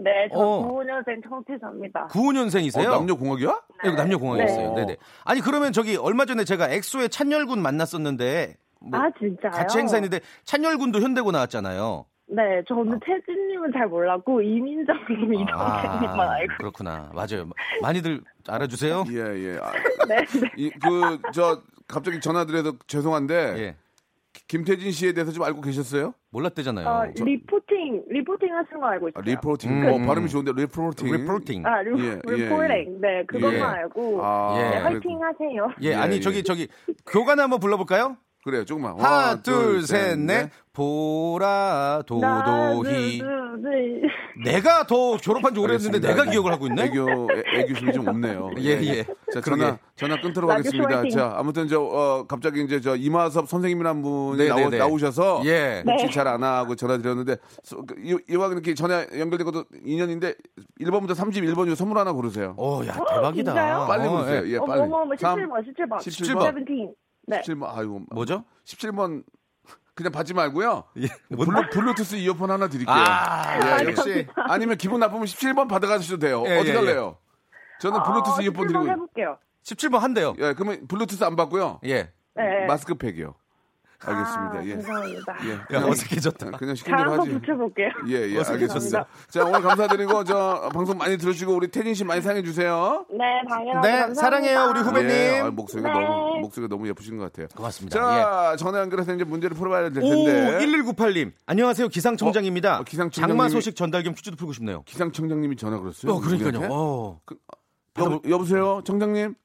Speaker 9: 네, 저
Speaker 6: 어.
Speaker 9: 95년생 청취자입니다.
Speaker 6: 95년생이세요?
Speaker 3: 어, 남녀 공학이야?
Speaker 6: 여기 남녀공학이었어요.
Speaker 3: 네.
Speaker 6: 네. 네 아니, 그러면 저기 얼마 전에 제가 엑소의 찬열군 만났었는데, 뭐
Speaker 9: 아 진짜요?
Speaker 6: 같이 행사했는데, 찬열군도 현대고 나왔잖아요.
Speaker 9: 네, 저는 태진님은 잘 몰랐고 이민정님,
Speaker 3: 아.
Speaker 9: 이정태님만 알고.
Speaker 6: 아, 그렇구나. 맞아요. 많이들 알아주세요.
Speaker 3: 예, 예. 아,
Speaker 9: 네, 네.
Speaker 3: 이, 그, 저, 갑자기 전화 드려서 죄송한데,
Speaker 6: 예.
Speaker 3: 기- 김태진 씨에 대해서 좀 알고 계셨어요?
Speaker 6: 몰랐대잖아요.
Speaker 9: 어, 리포팅 리포팅 하신 거 알고
Speaker 3: 아,
Speaker 9: 있어요.
Speaker 3: 리포팅.
Speaker 6: 음.
Speaker 3: 어, 발음이 좋은데, 리포팅.
Speaker 6: 리포팅.
Speaker 9: 아, 리,
Speaker 3: 예, 예,
Speaker 9: 리포팅. 네, 그것만
Speaker 6: 예.
Speaker 9: 알고.
Speaker 3: 아,
Speaker 6: 예.
Speaker 9: 네,
Speaker 3: 그래-
Speaker 9: 화이팅 하세요.
Speaker 6: 예,
Speaker 3: 예,
Speaker 6: 아니
Speaker 3: 예.
Speaker 6: 저기 저기 교관 한번 불러볼까요?
Speaker 3: 그래요, 조금만.
Speaker 6: 하나,
Speaker 3: 하나,
Speaker 6: 둘, 셋,
Speaker 3: 아, 넷.
Speaker 6: 넷. 보라 도도희.
Speaker 9: 하나, 둘, 셋.
Speaker 6: 내가 더 졸업한 지 오래됐는데
Speaker 3: 알겠습니다.
Speaker 6: 내가 기억을 하고 있네.
Speaker 3: 애교 애- 애교심이 좀 없네요.
Speaker 6: *laughs* 예, 예.
Speaker 3: 자 전화
Speaker 6: 그러게.
Speaker 3: 전화 끊도록
Speaker 9: 라디오
Speaker 3: 하겠습니다.
Speaker 9: 화이팅.
Speaker 3: 자 아무튼 저 어, 갑자기 이제 저 이마섭 선생님이란 분이
Speaker 6: 네,
Speaker 3: 나오,
Speaker 6: 네, 네.
Speaker 3: 나오셔서
Speaker 6: 예.
Speaker 3: 혹시 잘 안 하고 전화 드렸는데 소- 그 이- 이왕 이렇게 전화 연결된 것도 인연인데 1번부터 31번 중 선물 하나 고르세요.
Speaker 6: 오, 어, 야 대박이다.
Speaker 9: 진짜요?
Speaker 3: 빨리
Speaker 6: 어,
Speaker 3: 고르세요.
Speaker 6: 예.
Speaker 3: 예, 빨리.
Speaker 9: 어머, 어머,
Speaker 3: 삼,
Speaker 9: 17번, 17번.
Speaker 3: 17번.
Speaker 9: 17. 네.
Speaker 3: 17번 아이고
Speaker 6: 뭐죠?
Speaker 3: 17번 그냥 받지 말고요.
Speaker 6: 예. 뭔-
Speaker 3: 블루, 블루투스 이어폰 하나 드릴게요.
Speaker 6: 아,
Speaker 3: 예, 역시 아니면 기분 나쁘면 17번 받아가셔도 돼요.
Speaker 6: 예,
Speaker 3: 어떻게
Speaker 6: 예, 예.
Speaker 3: 할래요? 저는 블루투스
Speaker 9: 어,
Speaker 3: 이어폰
Speaker 9: 17번
Speaker 3: 드리고
Speaker 9: 해볼게요.
Speaker 6: 17번 한대요.
Speaker 3: 예, 그러면 블루투스 안 받고요.
Speaker 6: 예.
Speaker 9: 네.
Speaker 3: 마스크팩이요. 알겠습니다.
Speaker 9: 아,
Speaker 3: 예.
Speaker 9: 죄송합니다.
Speaker 3: 예.
Speaker 6: 야, 어색해졌다.
Speaker 3: 그냥 시킨 대로
Speaker 9: 다음 거
Speaker 3: 하지.
Speaker 9: 붙여볼게요.
Speaker 3: 예, 예,
Speaker 6: 어색해졌어.
Speaker 3: 알겠습니다. 자, 오늘 감사드리고 저 방송 많이 들으시고 우리 태진 씨 많이 사랑해 주세요.
Speaker 9: 네, 당연하죠.
Speaker 6: 네, 사랑해요, 우리 후배님.
Speaker 3: 예, 아, 목소리가
Speaker 9: 네.
Speaker 3: 너무 목소리가 너무 예쁘신 것 같아요.
Speaker 6: 고맙습니다.
Speaker 3: 자, 전화 연결해서 이제 문제를 풀어봐야 될
Speaker 6: 예. 오,
Speaker 3: 텐데.
Speaker 6: 1198님. 안녕하세요. 기상청장입니다.
Speaker 3: 어, 어, 기상청장님이-
Speaker 6: 장마 소식 전달 겸 퀴즈도 풀고 싶네요.
Speaker 3: 기상청장님이 전화 걸었어요.
Speaker 6: 어, 그러니까요.
Speaker 3: 우리한테?
Speaker 6: 어.
Speaker 3: 여보, 여보세요, 청장님.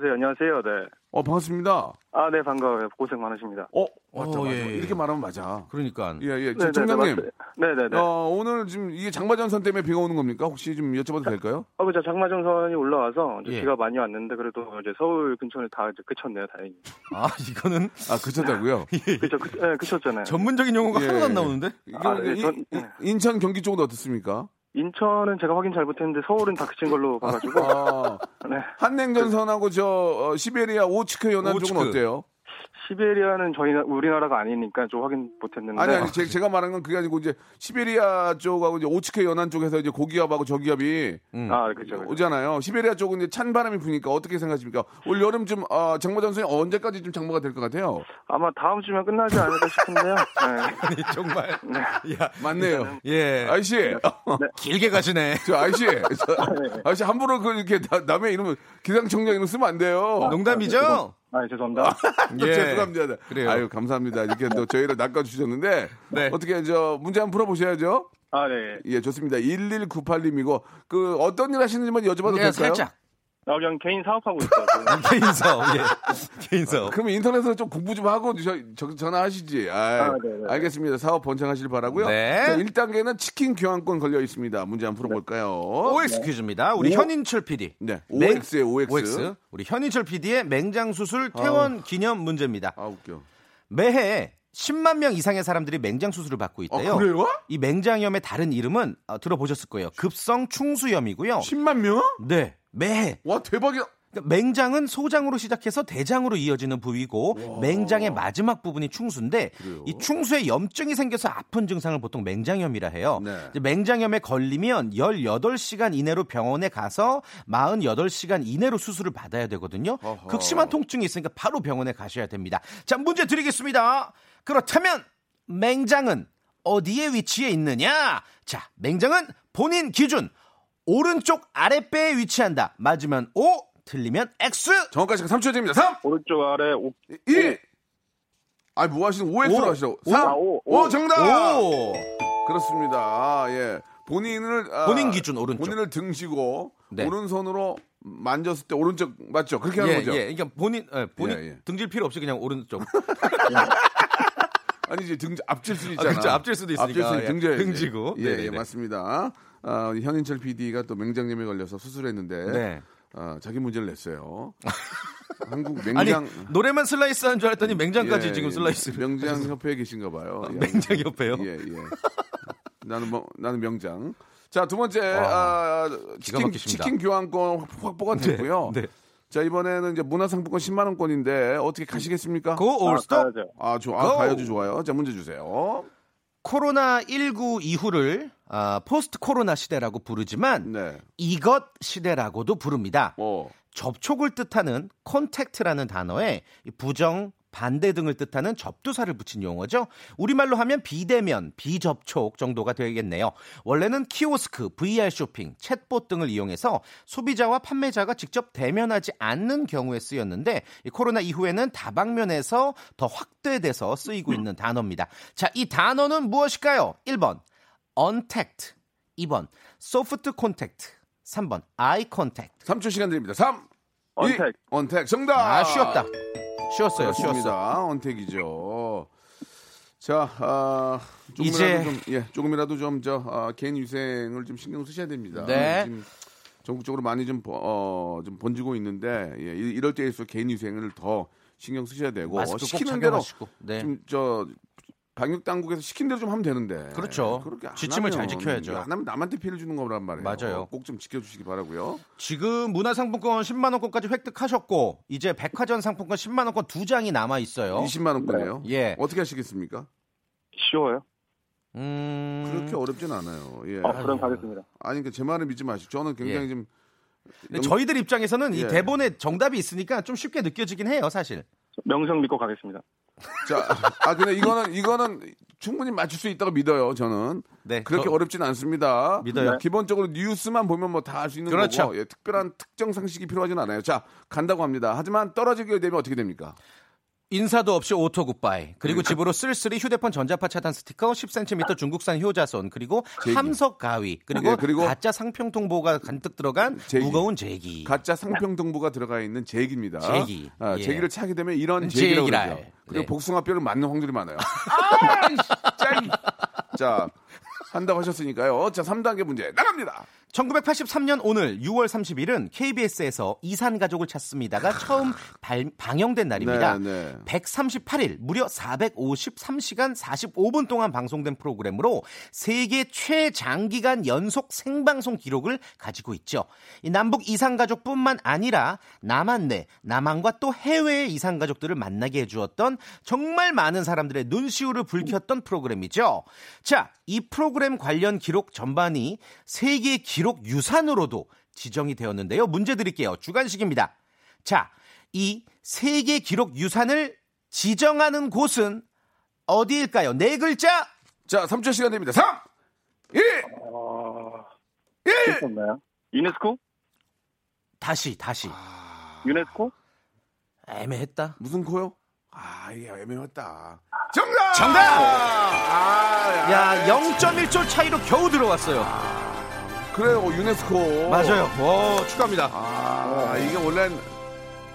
Speaker 8: 네, 안녕하세요. 네.
Speaker 3: 어, 반갑습니다.
Speaker 8: 아, 네, 반가워요. 고생 많으십니다.
Speaker 3: 어, 맞다,
Speaker 6: 어,
Speaker 3: 맞다.
Speaker 6: 예, 예.
Speaker 3: 이렇게 말하면 맞아.
Speaker 6: 그러니까.
Speaker 3: 예, 예.
Speaker 8: 네, 네,
Speaker 3: 청장님.
Speaker 8: 네, 네, 네.
Speaker 3: 어, 오늘 지금 이게 장마전선 때문에 비가 오는 겁니까? 혹시 좀 여쭤봐도 될까요?
Speaker 8: 아, 그죠. 장마정선이 올라와서 이제
Speaker 6: 예.
Speaker 8: 비가 많이 왔는데 그래도 이제 서울 근처는 다 이제 그쳤네요, 다행히.
Speaker 6: 아, 이거는
Speaker 3: 아, 그쳤다고요?
Speaker 8: 그죠, 그, 네, 그쳤잖아요.
Speaker 6: 전문적인 용어가
Speaker 3: 예.
Speaker 6: 하나도 안 나오는데? *laughs*
Speaker 3: 이게
Speaker 8: 아, 네,
Speaker 3: 이-
Speaker 8: 전-
Speaker 3: 이- 인천 경기 쪽은 어떻습니까?
Speaker 8: 인천은 제가 확인 잘 못했는데 서울은 다 그친 걸로 봐가지고.
Speaker 3: 아,
Speaker 8: *laughs* 네.
Speaker 3: 한냉전선하고 저 어, 시베리아 오츠크 연안 쪽은
Speaker 6: 오츠크.
Speaker 3: 어때요?
Speaker 8: 시베리아는 저희 나- 우리나라가 아니니까 좀 확인 못했는데.
Speaker 3: 아니 아니 제, 가 말한 건 그게 아니고 이제 시베리아 쪽하고 이제 오츠크 연안 쪽에서 이제 고기압하고 저기압이
Speaker 8: 아, 그죠. 그죠.
Speaker 3: 오잖아요. 시베리아 쪽은 이제 찬 바람이 부니까 어떻게 생각하십니까? 올 여름쯤 아, 장마전선이 언제까지 좀 장마가 될 것 같아요?
Speaker 8: 아마 다음 주면 끝나지 않을까 싶은데요. 네.
Speaker 6: *laughs* 아니, 정말. 야,
Speaker 3: 맞네요.
Speaker 6: 예.
Speaker 3: 아이씨,
Speaker 6: 길게 가시네.
Speaker 3: *laughs* 저
Speaker 8: *laughs*
Speaker 3: 아이씨, 저 아이씨 함부로 그 이렇게 나- 남의 이름 기상청장 이름 쓰면 안 돼요. 어,
Speaker 6: 농담이죠?
Speaker 8: 아, 죄송합니다.
Speaker 6: 예.
Speaker 3: 죄송합니다.
Speaker 6: 그래요.
Speaker 3: 아유 감사합니다. 이렇게 또 저희를 낚아주셨는데
Speaker 6: *laughs* 네.
Speaker 3: 어떻게 저 문제 한번 풀어보셔야죠.
Speaker 8: 아, 네.
Speaker 3: 예, 좋습니다. 1198님이고 그 어떤 일 하시는지 먼저 여쭤봐도
Speaker 6: 예,
Speaker 3: 될까요?
Speaker 6: 살짝.
Speaker 8: 나 아, 그냥 개인 사업하고 있어요.
Speaker 6: *laughs*
Speaker 8: 지금.
Speaker 6: 개인 사업,
Speaker 3: *laughs*
Speaker 6: 예. 개인 사업.
Speaker 3: 그러면 인터넷으로 좀 공부 좀 하고 저- 저- 전화하시지. 아,
Speaker 8: 네, 네.
Speaker 3: 알겠습니다. 사업 번창하시길 바라고요.
Speaker 6: 네.
Speaker 3: 1단계는 치킨 교환권 걸려 있습니다. 문제 한번 풀어볼까요?
Speaker 6: OX 퀴즈입니다. 우리
Speaker 3: 오.
Speaker 6: 현인철 PD.
Speaker 3: 네,
Speaker 6: 맹-
Speaker 3: OX 의 OX.
Speaker 6: 우리 현인철 PD의 맹장수술 퇴원 기념 문제입니다.
Speaker 3: 아 웃겨.
Speaker 6: 매해 10만 명 이상의 사람들이 맹장 수술을 받고 있대요.
Speaker 3: 아, 그래요?
Speaker 6: 이 맹장염의 다른 이름은 어, 들어보셨을 거예요. 급성 충수염이고요.
Speaker 3: 10만 명?
Speaker 6: 네. 매해.
Speaker 3: 와 대박이다.
Speaker 6: 그러니까 맹장은 소장으로 시작해서 대장으로 이어지는 부위고 맹장의 마지막 부분이 충수인데 이 충수에 염증이 생겨서 아픈 증상을 보통 맹장염이라 해요.
Speaker 3: 네.
Speaker 6: 이제 맹장염에 걸리면 18시간 이내로 병원에 가서 48시간 이내로 수술을 받아야 되거든요.
Speaker 3: 어허.
Speaker 6: 극심한 통증이 있으니까 바로 병원에 가셔야 됩니다. 자, 문제 드리겠습니다. 그렇다면 맹장은 어디에 위치해 있느냐? 자, 맹장은 본인 기준 오른쪽 아랫배에 위치한다. 맞으면 O, 틀리면 X.
Speaker 3: 정확한 시간 3초 됩니다. 3,
Speaker 8: 오른쪽 아래 오,
Speaker 3: 1. 아니 뭐 하시는 OX로
Speaker 6: 오.
Speaker 3: 하시라고.
Speaker 6: 오.
Speaker 3: 3,
Speaker 8: 아,
Speaker 3: 5,
Speaker 8: 오.
Speaker 3: 정답.
Speaker 6: 오!
Speaker 3: 그렇습니다. 아, 예. 본인을 아,
Speaker 6: 본인 기준 오른쪽.
Speaker 3: 본인을 등지고
Speaker 6: 네.
Speaker 3: 오른손으로 만졌을 때 오른쪽 맞죠? 그렇게 하는
Speaker 6: 예,
Speaker 3: 거죠.
Speaker 6: 예. 그러니까 본인 예, 본인
Speaker 3: 예, 예.
Speaker 6: 등질 필요 없이 그냥 오른쪽.
Speaker 3: 아니지 등 앞질 수도
Speaker 6: 아,
Speaker 3: 있잖아.
Speaker 6: 그렇죠. 앞질 수도 있으니까.
Speaker 3: 앞질 수는
Speaker 6: 예.
Speaker 3: 등져야지.
Speaker 6: 등지고.
Speaker 3: 예,
Speaker 6: 네네네.
Speaker 3: 예, 맞습니다. 아, 우리 현인철 PD가 또 맹장염에 걸려서 수술했는데
Speaker 6: 네.
Speaker 3: 아, 자기 문제를
Speaker 6: *laughs*
Speaker 3: 냈어요. 한국
Speaker 6: 아니,
Speaker 3: 맹장
Speaker 6: 노래만 슬라이스 하는 줄 알았더니 맹장까지
Speaker 3: 예,
Speaker 6: 지금
Speaker 3: 예.
Speaker 6: 슬라이스를.
Speaker 3: 명장 협회에 계신가 봐요. 예.
Speaker 6: 맹장 협회요?
Speaker 3: 예, 예. 나는 뭐, 나는 명장. 자, 두 번째 아, 치킨,
Speaker 6: 막히십니다.
Speaker 3: 치킨 교환권 확- 확보가 됐고요.
Speaker 6: 네.
Speaker 3: 자, 이번에는 이제 문화상품권 10만 원권인데 어떻게 가시겠습니까?
Speaker 6: 고
Speaker 8: 아,
Speaker 6: 올스톱.
Speaker 8: 가야죠.
Speaker 3: 아, 좋아.
Speaker 6: 고!
Speaker 3: 아, 가야지 좋아요. 자, 문제 주세요.
Speaker 6: 코로나 19 이후를 아, 포스트 코로나 시대라고 부르지만
Speaker 3: 네.
Speaker 6: 이것 시대라고도 부릅니다.
Speaker 3: 어.
Speaker 6: 접촉을 뜻하는 컨택트라는 단어에 이 부정, 반대 등을 뜻하는 접두사를 붙인 용어죠. 우리말로 하면 비대면, 비접촉 정도가 되겠네요. 원래는 키오스크, VR 쇼핑, 챗봇 등을 이용해서 소비자와 판매자가 직접 대면하지 않는 경우에 쓰였는데 이 코로나 이후에는 다방면에서 더 확대돼서 쓰이고 있는 단어입니다. 자, 이 단어는 무엇일까요? 1번 언택트, 2번 소프트 콘택트, 3번 아이 콘택트.
Speaker 3: 3초 시간 드립니다. 3.
Speaker 8: 언택.
Speaker 3: 언택. 정답.
Speaker 6: 아, 쉬었다. 쉬었어요, 쉬었어.
Speaker 3: 그렇습니다. 언택이죠. 자, 아,
Speaker 6: 이제-
Speaker 3: 조금이라도 좀, 예, 조금이라도 좀 저 아, 개인 위생을 좀 신경 쓰셔야 됩니다.
Speaker 6: 네.
Speaker 3: 지금 전국적으로 많이 좀, 버- 어, 좀 번지고 있는데 예, 이- 이럴 때일수록 개인 위생을 더 신경 쓰셔야 되고
Speaker 6: 마스크 꼭
Speaker 3: 시키는 대로
Speaker 6: 착용하시고. 네.
Speaker 3: 좀 저 방역 당국에서 시킨 대로 좀 하면 되는데
Speaker 6: 그렇죠.
Speaker 3: 그렇게 안
Speaker 6: 지침을 잘
Speaker 3: 하면,
Speaker 6: 지켜야죠.
Speaker 3: 안 하면 남한테 피해를 주는 거란 말이에요.
Speaker 6: 맞아요.
Speaker 3: 꼭 좀 지켜주시기 바라고요.
Speaker 6: 지금 문화상품권 10만 원권까지 획득하셨고 이제 백화점 상품권 10만 원권 두 장이 남아 있어요.
Speaker 3: 20만 원권이에요.
Speaker 6: 예.
Speaker 3: 어떻게 하시겠습니까?
Speaker 8: 쉬워요.
Speaker 6: 음.
Speaker 3: 그렇게 어렵진 않아요. 예.
Speaker 8: 어, 그럼 가겠습니다.
Speaker 3: 그러니까 아니 그제 말을 믿지 마시고 저는 굉장히
Speaker 6: 예.
Speaker 3: 좀
Speaker 6: 근데 저희들 입장에서는 이
Speaker 3: 예.
Speaker 6: 대본에 정답이 있으니까 좀 쉽게 느껴지긴 해요, 사실.
Speaker 8: 명성 믿고 가겠습니다.
Speaker 3: 자, 아 근데 이거는 이거는 충분히 맞출 수 있다고 믿어요. 저는
Speaker 6: 네,
Speaker 3: 그렇게
Speaker 6: 저-
Speaker 3: 어렵진 않습니다.
Speaker 6: 믿어요. 네.
Speaker 3: 기본적으로 뉴스만 보면 뭐 다 할 수 있는
Speaker 6: 그렇죠.
Speaker 3: 거고 예, 특별한 특정 상식이 필요하진 않아요. 자, 간다고 합니다. 하지만 떨어지게 되면 어떻게 됩니까?
Speaker 6: 인사도 없이 오토 굿바이. 그리고 집으로 쓸쓸히 휴대폰 전자파 차단 스티커 10cm 중국산 효자손 그리고
Speaker 3: 제기.
Speaker 6: 함석 가위 그리고,
Speaker 3: 예, 그리고
Speaker 6: 가짜 상평 통보가 간뜩 들어간
Speaker 3: 제기.
Speaker 6: 무거운 제기.
Speaker 3: 가짜 상평등부가 들어가 있는 제기입니다.
Speaker 6: 예. 제기.
Speaker 3: 아,
Speaker 6: 예.
Speaker 3: 제기를 차게 되면 이런 제기라고
Speaker 6: 제기랄.
Speaker 3: 그러죠. 그리고
Speaker 6: 네.
Speaker 3: 복숭아뼈를 맞는 확률이
Speaker 6: *laughs*
Speaker 3: 많아요. 자, 한다고 하셨으니까요. 자, 3단계 문제 나갑니다.
Speaker 6: 1983년 오늘 6월 30일은 KBS에서 이산 가족을 찾습니다가 처음 발- 방영된 날입니다.
Speaker 3: 아. 네, 네.
Speaker 6: 138일 무려 453시간 45분 동안 방송된 프로그램으로 세계 최장기간 연속 생방송 기록을 가지고 있죠. 이 남북 이산 가족뿐만 아니라 남한 내 남한과 또 해외의 이산 가족들을 만나게 해주었던 정말 많은 사람들의 눈시울을 불켰던 프로그램이죠. 자, 이 프로그램 관련 기록 전반이 세계 기록 유산으로도 지정이 되었는데요. 문제 드릴게요. 주관식입니다. 자, 이 세계 기록 유산을 지정하는 곳은 어디일까요? 네 글자.
Speaker 3: 자, 3초 시간 됩니다. 3, 2,
Speaker 8: 됐었나요? 유네스코?
Speaker 6: 다시 다시.
Speaker 8: 유네스코?
Speaker 6: 애매했다.
Speaker 3: 무슨 코요? 아, 이게 애매했다. 정답! 정답! 아,
Speaker 6: 야, 0.1초 차이로 겨우 들어왔어요.
Speaker 3: 그래요, 유네스코.
Speaker 6: 오, 축하합니다.
Speaker 3: 아, 이게 원래는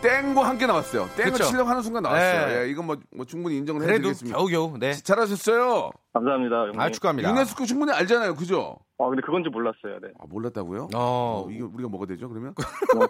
Speaker 3: 땡과 함께 나왔어요. 땡을
Speaker 6: 그쵸?
Speaker 3: 치려고 하는 순간 나왔어요.
Speaker 6: 네.
Speaker 3: 예, 이건 뭐, 뭐 충분히 인정을
Speaker 6: 그래도
Speaker 3: 해드리겠습니다.
Speaker 6: 겨우겨우. 네.
Speaker 3: 잘하셨어요.
Speaker 8: 감사합니다. 형님.
Speaker 6: 아, 축하합니다.
Speaker 3: 유네스코 충분히 알잖아요, 그죠?
Speaker 8: 아, 근데 그건지 몰랐어요. 네.
Speaker 3: 아, 몰랐다고요?
Speaker 6: 어.
Speaker 3: 어, 이거 우리가 뭐가 되죠, 그러면?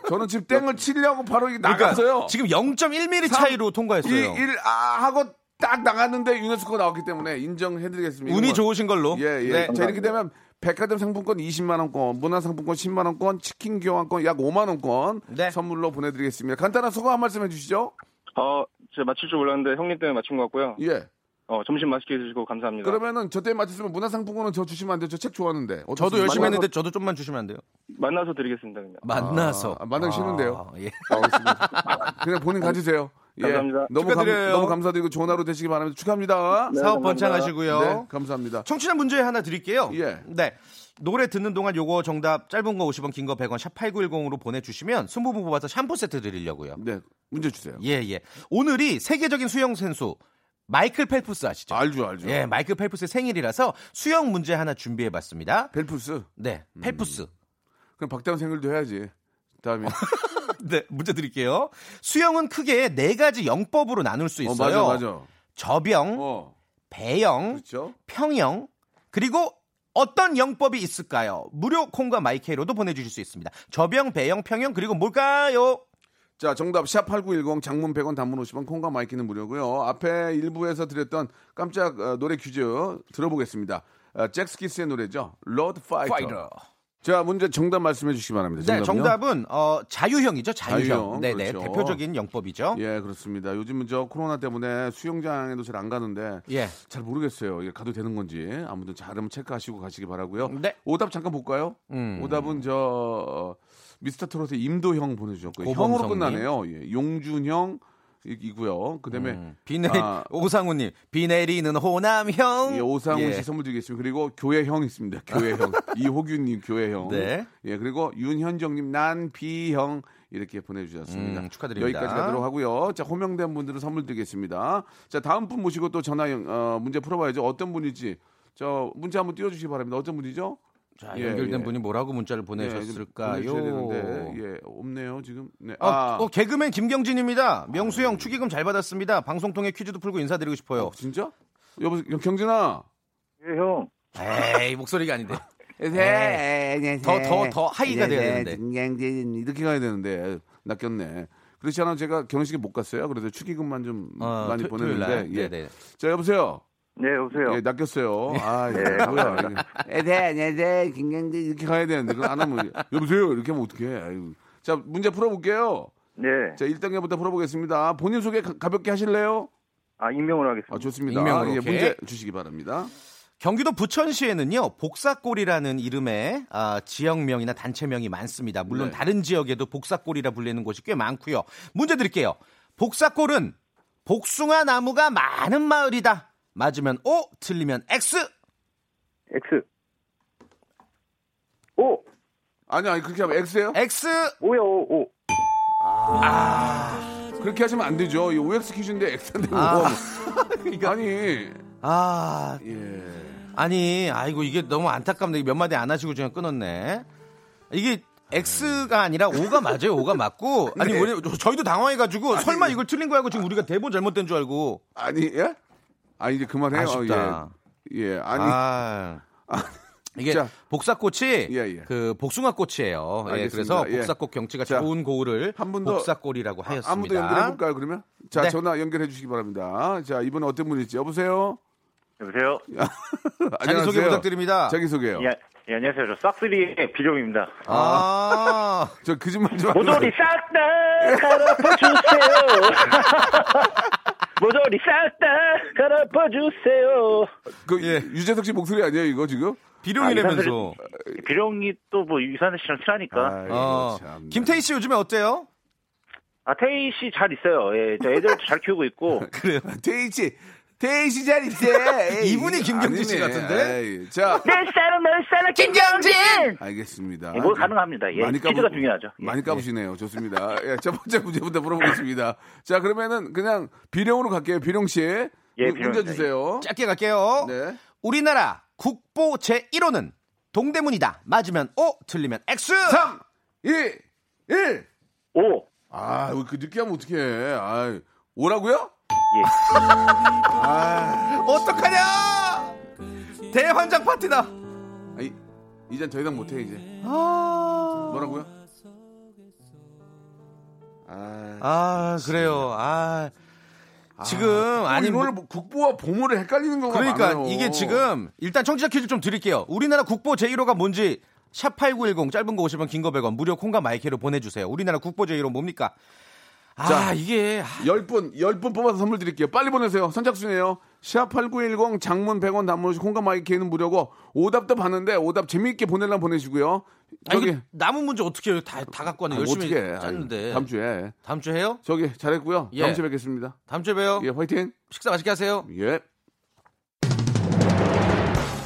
Speaker 3: 저는 지금 땡을 치려고 바로 이게 나갔어요.
Speaker 6: 그러니까 지금 0.1mm
Speaker 3: 삼,
Speaker 6: 차이로
Speaker 3: 이
Speaker 6: 통과했어요.
Speaker 3: 일 아, 하고 딱 나갔는데 유네스코 나왔기 때문에 인정해드리겠습니다. 이건
Speaker 6: 운이
Speaker 3: 뭐-
Speaker 6: 좋으신 걸로.
Speaker 3: 예, 예.
Speaker 6: 네.
Speaker 3: 자, 이렇게 되면 백화점 상품권 20만원권, 문화상품권 10만원권, 치킨 교환권 약 5만원권
Speaker 6: 네.
Speaker 3: 선물로 보내드리겠습니다. 간단한 소감 한 말씀 해주시죠.
Speaker 8: 어, 제가 맞출 줄 몰랐는데 형님 때문에 맞춘 것 같고요.
Speaker 3: 예.
Speaker 8: 어, 점심 맛있게 해주시고 감사합니다.
Speaker 3: 그러면은 저 때문에 맞췄으면 문화상품권은 저 주시면 안 돼요. 저 책 좋아하는데. 어떻습니까?
Speaker 6: 저도 열심히
Speaker 3: 만나서-
Speaker 6: 했는데 저도 좀만 주시면 안 돼요?
Speaker 8: 만나서 드리겠습니다. 그냥.
Speaker 6: 만나서.
Speaker 3: 아, 만나기 싫은데요.
Speaker 6: 아, 예.
Speaker 3: 알겠습니다. 그냥 본인 가지세요. 예.
Speaker 8: 감사합니다.
Speaker 3: 너무, 감,
Speaker 6: 축하드려요. 네.
Speaker 3: 너무 감사드리고 좋은 하루 되시기 바랍니다. 축하합니다.
Speaker 6: 사업
Speaker 8: 감사합니다.
Speaker 6: 번창하시고요.
Speaker 3: 네, 감사합니다.
Speaker 6: 청취자 문제 하나 드릴게요.
Speaker 3: 예.
Speaker 6: 네. 노래 듣는 동안 요거 정답 짧은 거 50원, 긴 거 100원, 샵8910으로 보내주시면 20분 뽑아서 샴푸 세트 드리려고요.
Speaker 3: 네, 문제 주세요.
Speaker 6: 예, 예. 오늘이 세계적인 수영 선수 마이클 펠프스 아시죠?
Speaker 3: 알죠, 알죠.
Speaker 6: 예, 마이클 펠프스의 생일이라서 수영 문제 하나 준비해봤습니다.
Speaker 3: 벨푸스.
Speaker 6: 네, 펠프스. *laughs*
Speaker 3: 그럼 박대원 생일도 해야지. 다음에.
Speaker 6: 네, 문제 드릴게요. 수영은 크게 네 가지 영법으로 나눌 수
Speaker 3: 어,
Speaker 6: *laughs* 있어요.
Speaker 3: 맞아, 맞아.
Speaker 6: 저병,
Speaker 3: 어,
Speaker 6: 배영,
Speaker 3: 그렇죠.
Speaker 6: 평영 그리고 어떤 영법이 있을까요? 무료 콩과 마이케이로도 보내주실 수 있습니다. 저병, 배영, 평영 그리고 뭘까요?
Speaker 3: 자, 정답 샵8910 장문 100원 단문 50원 콩과 마이키는 무료고요. 앞에 일부에서 드렸던 깜짝 어, 노래 퀴즈 들어보겠습니다. 어, 잭스키스의 노래죠. 로드 파이터. 자, 문제 정답 말씀해 주시기 바랍니다.
Speaker 6: 네,
Speaker 3: 정답은요?
Speaker 6: 정답은 어, 자유형이죠. 자유형.
Speaker 3: 자유형,
Speaker 6: 네네,
Speaker 3: 그렇죠.
Speaker 6: 대표적인 영법이죠.
Speaker 3: 예, 그렇습니다. 요즘은 저 코로나 때문에 수영장에도 잘 안 가는데
Speaker 6: 예.
Speaker 3: 잘 모르겠어요. 예, 가도 되는 건지 아무튼 잘 한번 체크하시고 가시기 바라고요.
Speaker 6: 네.
Speaker 3: 오답 잠깐 볼까요?
Speaker 6: 음.
Speaker 3: 오답은 저 어, 미스터 트롯의 임도형 보내주셨고요.
Speaker 6: 고범성님.
Speaker 3: 형으로 끝나네요. 예, 용준형 이- 이고요. 그다음에
Speaker 6: 비 내,
Speaker 3: 아,
Speaker 6: 오상우님, 비 내리는 호남형.
Speaker 3: 예, 오상훈
Speaker 6: 예.
Speaker 3: 씨 선물 드리겠습니다. 그리고 교회형 있습니다.
Speaker 6: *laughs*
Speaker 3: 교회형 이호균님 교회형.
Speaker 6: 네.
Speaker 3: 예 그리고 윤현정님 난 B형 이렇게 보내주셨습니다.
Speaker 6: 음, 축하드립니다.
Speaker 3: 여기까지 가도록 하고요. 자 호명된 분들은 선물 드리겠습니다. 자 다음 분 모시고 또 전화 연- 어, 문제 풀어봐야죠. 어떤 분이지? 저 문자 한번 띄워주시기 바랍니다. 어떤 분이죠?
Speaker 6: 자,
Speaker 3: 예,
Speaker 6: 연결된
Speaker 3: 예.
Speaker 6: 분이 뭐라고 문자를
Speaker 3: 네,
Speaker 6: 보내셨을까요?
Speaker 3: 보내주셔야 되는데, 예 없네요 지금. 네.
Speaker 6: 어, 어, 개그맨
Speaker 3: 아,
Speaker 6: 김경진입니다.
Speaker 3: 예.
Speaker 6: 명수형 축의금 잘 받았습니다. 방송 통해 퀴즈도 풀고 인사드리고 싶어요.
Speaker 3: 진짜? 여보 세 경진아.
Speaker 8: 예, 형.
Speaker 6: 에이 목소리가 아닌데.
Speaker 3: 네.
Speaker 6: 네. 더 더 더 하이가 돼야 되는데.
Speaker 3: 되는데. 네, 이렇게 가야 되는데 낚였네. 그렇지 않아 제가 결혼식에 못 갔어요. 그래서 축의금만 좀
Speaker 6: *laughs* 어,
Speaker 3: 많이
Speaker 6: 토- 토요일
Speaker 3: 보냈는데.
Speaker 6: 날.
Speaker 3: 예.
Speaker 6: 네네.
Speaker 3: 자 여보세요.
Speaker 8: 네, 여보세요.
Speaker 3: 예, 낚였어요. 아, 예, 뭐야. 네, 네, 네, 김경진 이렇게 가야 되는데 그걸 안 하면 여보세요. 이렇게 하면 어떡해. 아유. 자 문제 풀어볼게요.
Speaker 8: 네.
Speaker 3: 자 1단계부터 풀어보겠습니다. 본인 소개 가, 볍게 하실래요?
Speaker 8: 아, 익명으로 하겠습니다.
Speaker 3: 아 좋습니다.
Speaker 6: 익명으로,
Speaker 3: 예,
Speaker 6: 오케이.
Speaker 3: 문제 주시기 바랍니다.
Speaker 6: 경기도 부천시에는요 복사골이라는 이름의 아, 지역명이나 단체명이 많습니다.
Speaker 3: 네.
Speaker 6: 물론 다른 지역에도 복사골이라 불리는 곳이 꽤 많고요. 문제 드릴게요. 복사골은 복숭아 나무가 많은 마을이다. 맞으면 O, 틀리면 X.
Speaker 8: X. 오!
Speaker 3: 아니 아니 그렇게 하면 X예요?
Speaker 6: X.
Speaker 8: 오야, 오, 오.
Speaker 3: 그렇게 하시면 안 되죠. 이 OX 퀴즈인데 X인데
Speaker 6: 아. *laughs* 그러니까. 예.
Speaker 3: 아. 아니
Speaker 6: 아
Speaker 3: 예.
Speaker 6: 아니, 아이고 이게 너무 안타깝네. 이게 몇 마디 안 하시고 그냥 끊었네. 이게 X가 아니라 O가 맞아요.
Speaker 3: *laughs*
Speaker 6: O가 맞고
Speaker 3: 네.
Speaker 6: 아니 우리 저희도 당황해가지고 설마 이걸 틀린 거 알고 지금 우리가 대본 잘못된 줄 알고
Speaker 3: 아니 예? 아 이제 그만해요.
Speaker 6: 아쉽다.
Speaker 3: 예. 예 아니
Speaker 6: 아 이게
Speaker 3: 자.
Speaker 6: 복사꽃이
Speaker 3: 예.
Speaker 6: 그 복숭아꽃이에요. 예,
Speaker 3: 알겠습니다.
Speaker 6: 그래서
Speaker 3: 예.
Speaker 6: 복사꽃 경치가
Speaker 3: 자,
Speaker 6: 좋은 고을을
Speaker 3: 한분 더.
Speaker 6: 복사꽃이라고 하였습니다.
Speaker 3: 아무도 연결해 볼까요 그러면? 자
Speaker 6: 네.
Speaker 3: 전화 연결해 주시기 바랍니다. 자 이분 어떤 분일지 여보세요.
Speaker 10: 여보세요?
Speaker 6: 자기 소개
Speaker 3: 안녕하세요.
Speaker 6: 부탁드립니다.
Speaker 3: 자기 소개요.
Speaker 10: 예, 예, 안녕하세요. 저 싹쓰리의 비룡입니다.
Speaker 3: 음.
Speaker 6: 아
Speaker 3: 저 거짓말 좀 하지 마세요.
Speaker 10: 모조리 싹 다 갈아퍼주세요. *laughs* 모조리 싹 다 갈아퍼주세요.
Speaker 3: 그 유재석 씨 목소리 아니에요 이거 지금?
Speaker 6: 예, 비룡이라면서.
Speaker 10: 비룡이 또 뭐 유산우 씨랑 친하니까.
Speaker 3: 아이고, 예,
Speaker 6: 어,
Speaker 3: 참.
Speaker 6: 김태희 씨 요즘에 어때요?
Speaker 10: 아, 태희 씨 잘 있어요. 예, 저 애들도 잘 키우고
Speaker 3: *laughs*
Speaker 10: 있고.
Speaker 6: 그래요.
Speaker 3: 태희 씨. 태희 씨잘 있지.
Speaker 6: *laughs* 이분이 김경진 씨 같은데?
Speaker 3: 자
Speaker 10: 내 사랑, 내 사랑, 김경진!
Speaker 3: 알겠습니다.
Speaker 10: 예, 뭐 가능합니다. 예,
Speaker 3: 아, 네. 까보-
Speaker 10: 퀴즈가 중요하죠. 예.
Speaker 3: 많이 까보시네요. 좋습니다. 예, 첫 번째 문제부터 물어보겠습니다. 자, 그러면은 그냥 비룡으로 갈게요. 비룡 씨.
Speaker 10: 예,
Speaker 3: 문- 문제
Speaker 10: 비룡입니다.
Speaker 3: 주세요.
Speaker 6: 짧게 갈게요.
Speaker 3: 네.
Speaker 6: 우리나라 국보 제1호는 동대문이다. 맞으면 O, 틀리면 X.
Speaker 3: 3, 2, 1.
Speaker 10: 네. 오!
Speaker 3: 아, 왜그 늦게 하면 어떡해. 아, 오라고요?
Speaker 10: 예.
Speaker 6: 어떡하냐? 대환장 파티다.
Speaker 3: 아니, 이젠 더 이상 못해, 이제. 뭐라고요? 아,
Speaker 6: 아, 그래요. 아. 지금
Speaker 3: 아니,
Speaker 6: 아니
Speaker 3: 이걸 뭐 국보와 보물을 헷갈리는 거가
Speaker 6: 그러니까
Speaker 3: 많아요.
Speaker 6: 이게 지금 일단 청취자 퀴즈 좀 드릴게요. 우리나라 국보 제1호가 뭔지 샵8910 짧은 거 50원 긴 거 100원 무료 콩과 마이크로 보내 주세요. 우리나라 국보 제1호 뭡니까? 아,
Speaker 3: 자.
Speaker 6: 이게 아,
Speaker 3: 10분, 10분 뽑아서 선물 드릴게요. 빨리 보내세요. 선착순이에요. 샵8910 장문 100원 단문 콩과 마이크는 무료고 오답도 봤는데 오답 재미있게 보내려면 보내시고요.
Speaker 6: 아니,
Speaker 3: 저기
Speaker 6: 이거 남은 문제 어떻게 해요? 다, 다 갖고 왔네.
Speaker 3: 아,
Speaker 6: 열심히
Speaker 3: 어떻게 해.
Speaker 6: 짰는데.
Speaker 3: 아유, 다음 주에.
Speaker 6: 다음 주에 해요?
Speaker 3: 저기 잘했고요.
Speaker 6: 예.
Speaker 3: 다음 주에 뵙겠습니다.
Speaker 6: 다음 주에 봬요.
Speaker 3: 예, 화이팅.
Speaker 6: 식사 맛있게 하세요.
Speaker 3: 예.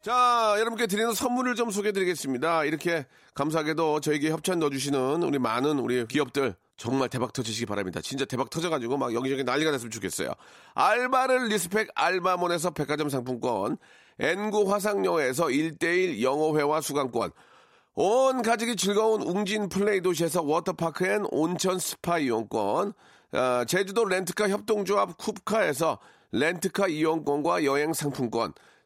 Speaker 3: 자, 여러분께 드리는 선물을 좀 소개해 드리겠습니다. 이렇게 감사하게도 저에게 협찬 넣어주시는 우리 많은 우리 기업들 정말 대박 터지시기 바랍니다. 진짜 대박 터져가지고 막 여기저기 난리가 났으면 좋겠어요. 알바를 리스펙 알바몬에서 백화점 상품권, N구 화상영어에서 1대1 영어회화 수강권, 온 가족이 즐거운 웅진 플레이 도시에서 워터파크 앤 온천 스파 이용권, 어, 제주도 렌트카 협동조합 쿱카에서 렌트카 이용권과 여행 상품권,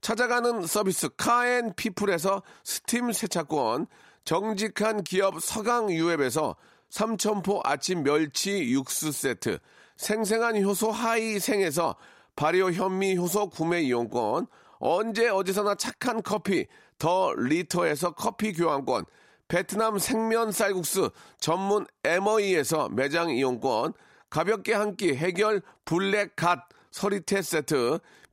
Speaker 3: 찾아가는 서비스 카앤피플에서 스팀 세차권, 정직한 기업 서강유앱에서 삼천포 아침 멸치 육수 세트, 생생한 효소 하이생에서 발효 현미 효소 구매 이용권, 언제 어디서나 착한 커피 더 리터에서 커피 교환권, 베트남 생면 쌀국수 전문 MOE에서 매장 이용권, 가볍게 한 끼 해결 블랙 갓 서리태 세트,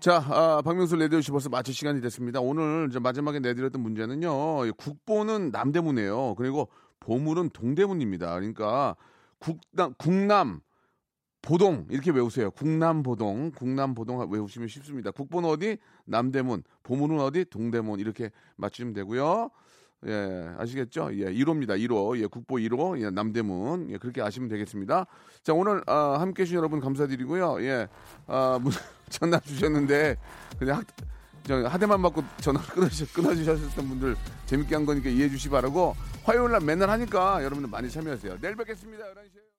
Speaker 3: 자, 아, 박명수 레디오쇼 벌써 마칠 시간이 됐습니다. 오늘 이제 마지막에 내드렸던 문제는요, 이 국보는 남대문이에요. 그리고 보물은 동대문입니다. 그러니까 국남, 국남, 보동 이렇게 외우세요. 국남보동, 국남보동 외우시면 쉽습니다. 국보는 어디? 남대문, 보물은 어디? 동대문 이렇게 맞추면 되고요. 예, 아시겠죠? 예, 1호입니다. 1호. 예, 국보 1호. 예, 남대문. 예, 그렇게 아시면 되겠습니다. 자, 오늘 아, 함께 해 주신 여러분 감사드리고요. 예. 아, 문, *laughs* 전화 주셨는데 그냥 학, 저 하대만 맞고 전화 끊어주, 끊어주셨던 분들 재밌게 한 거니까 이해해 주시 기 바라고 화요일 날 맨날 하니까 여러분들 많이 참여하세요. 내일 뵙겠습니다. 11시에.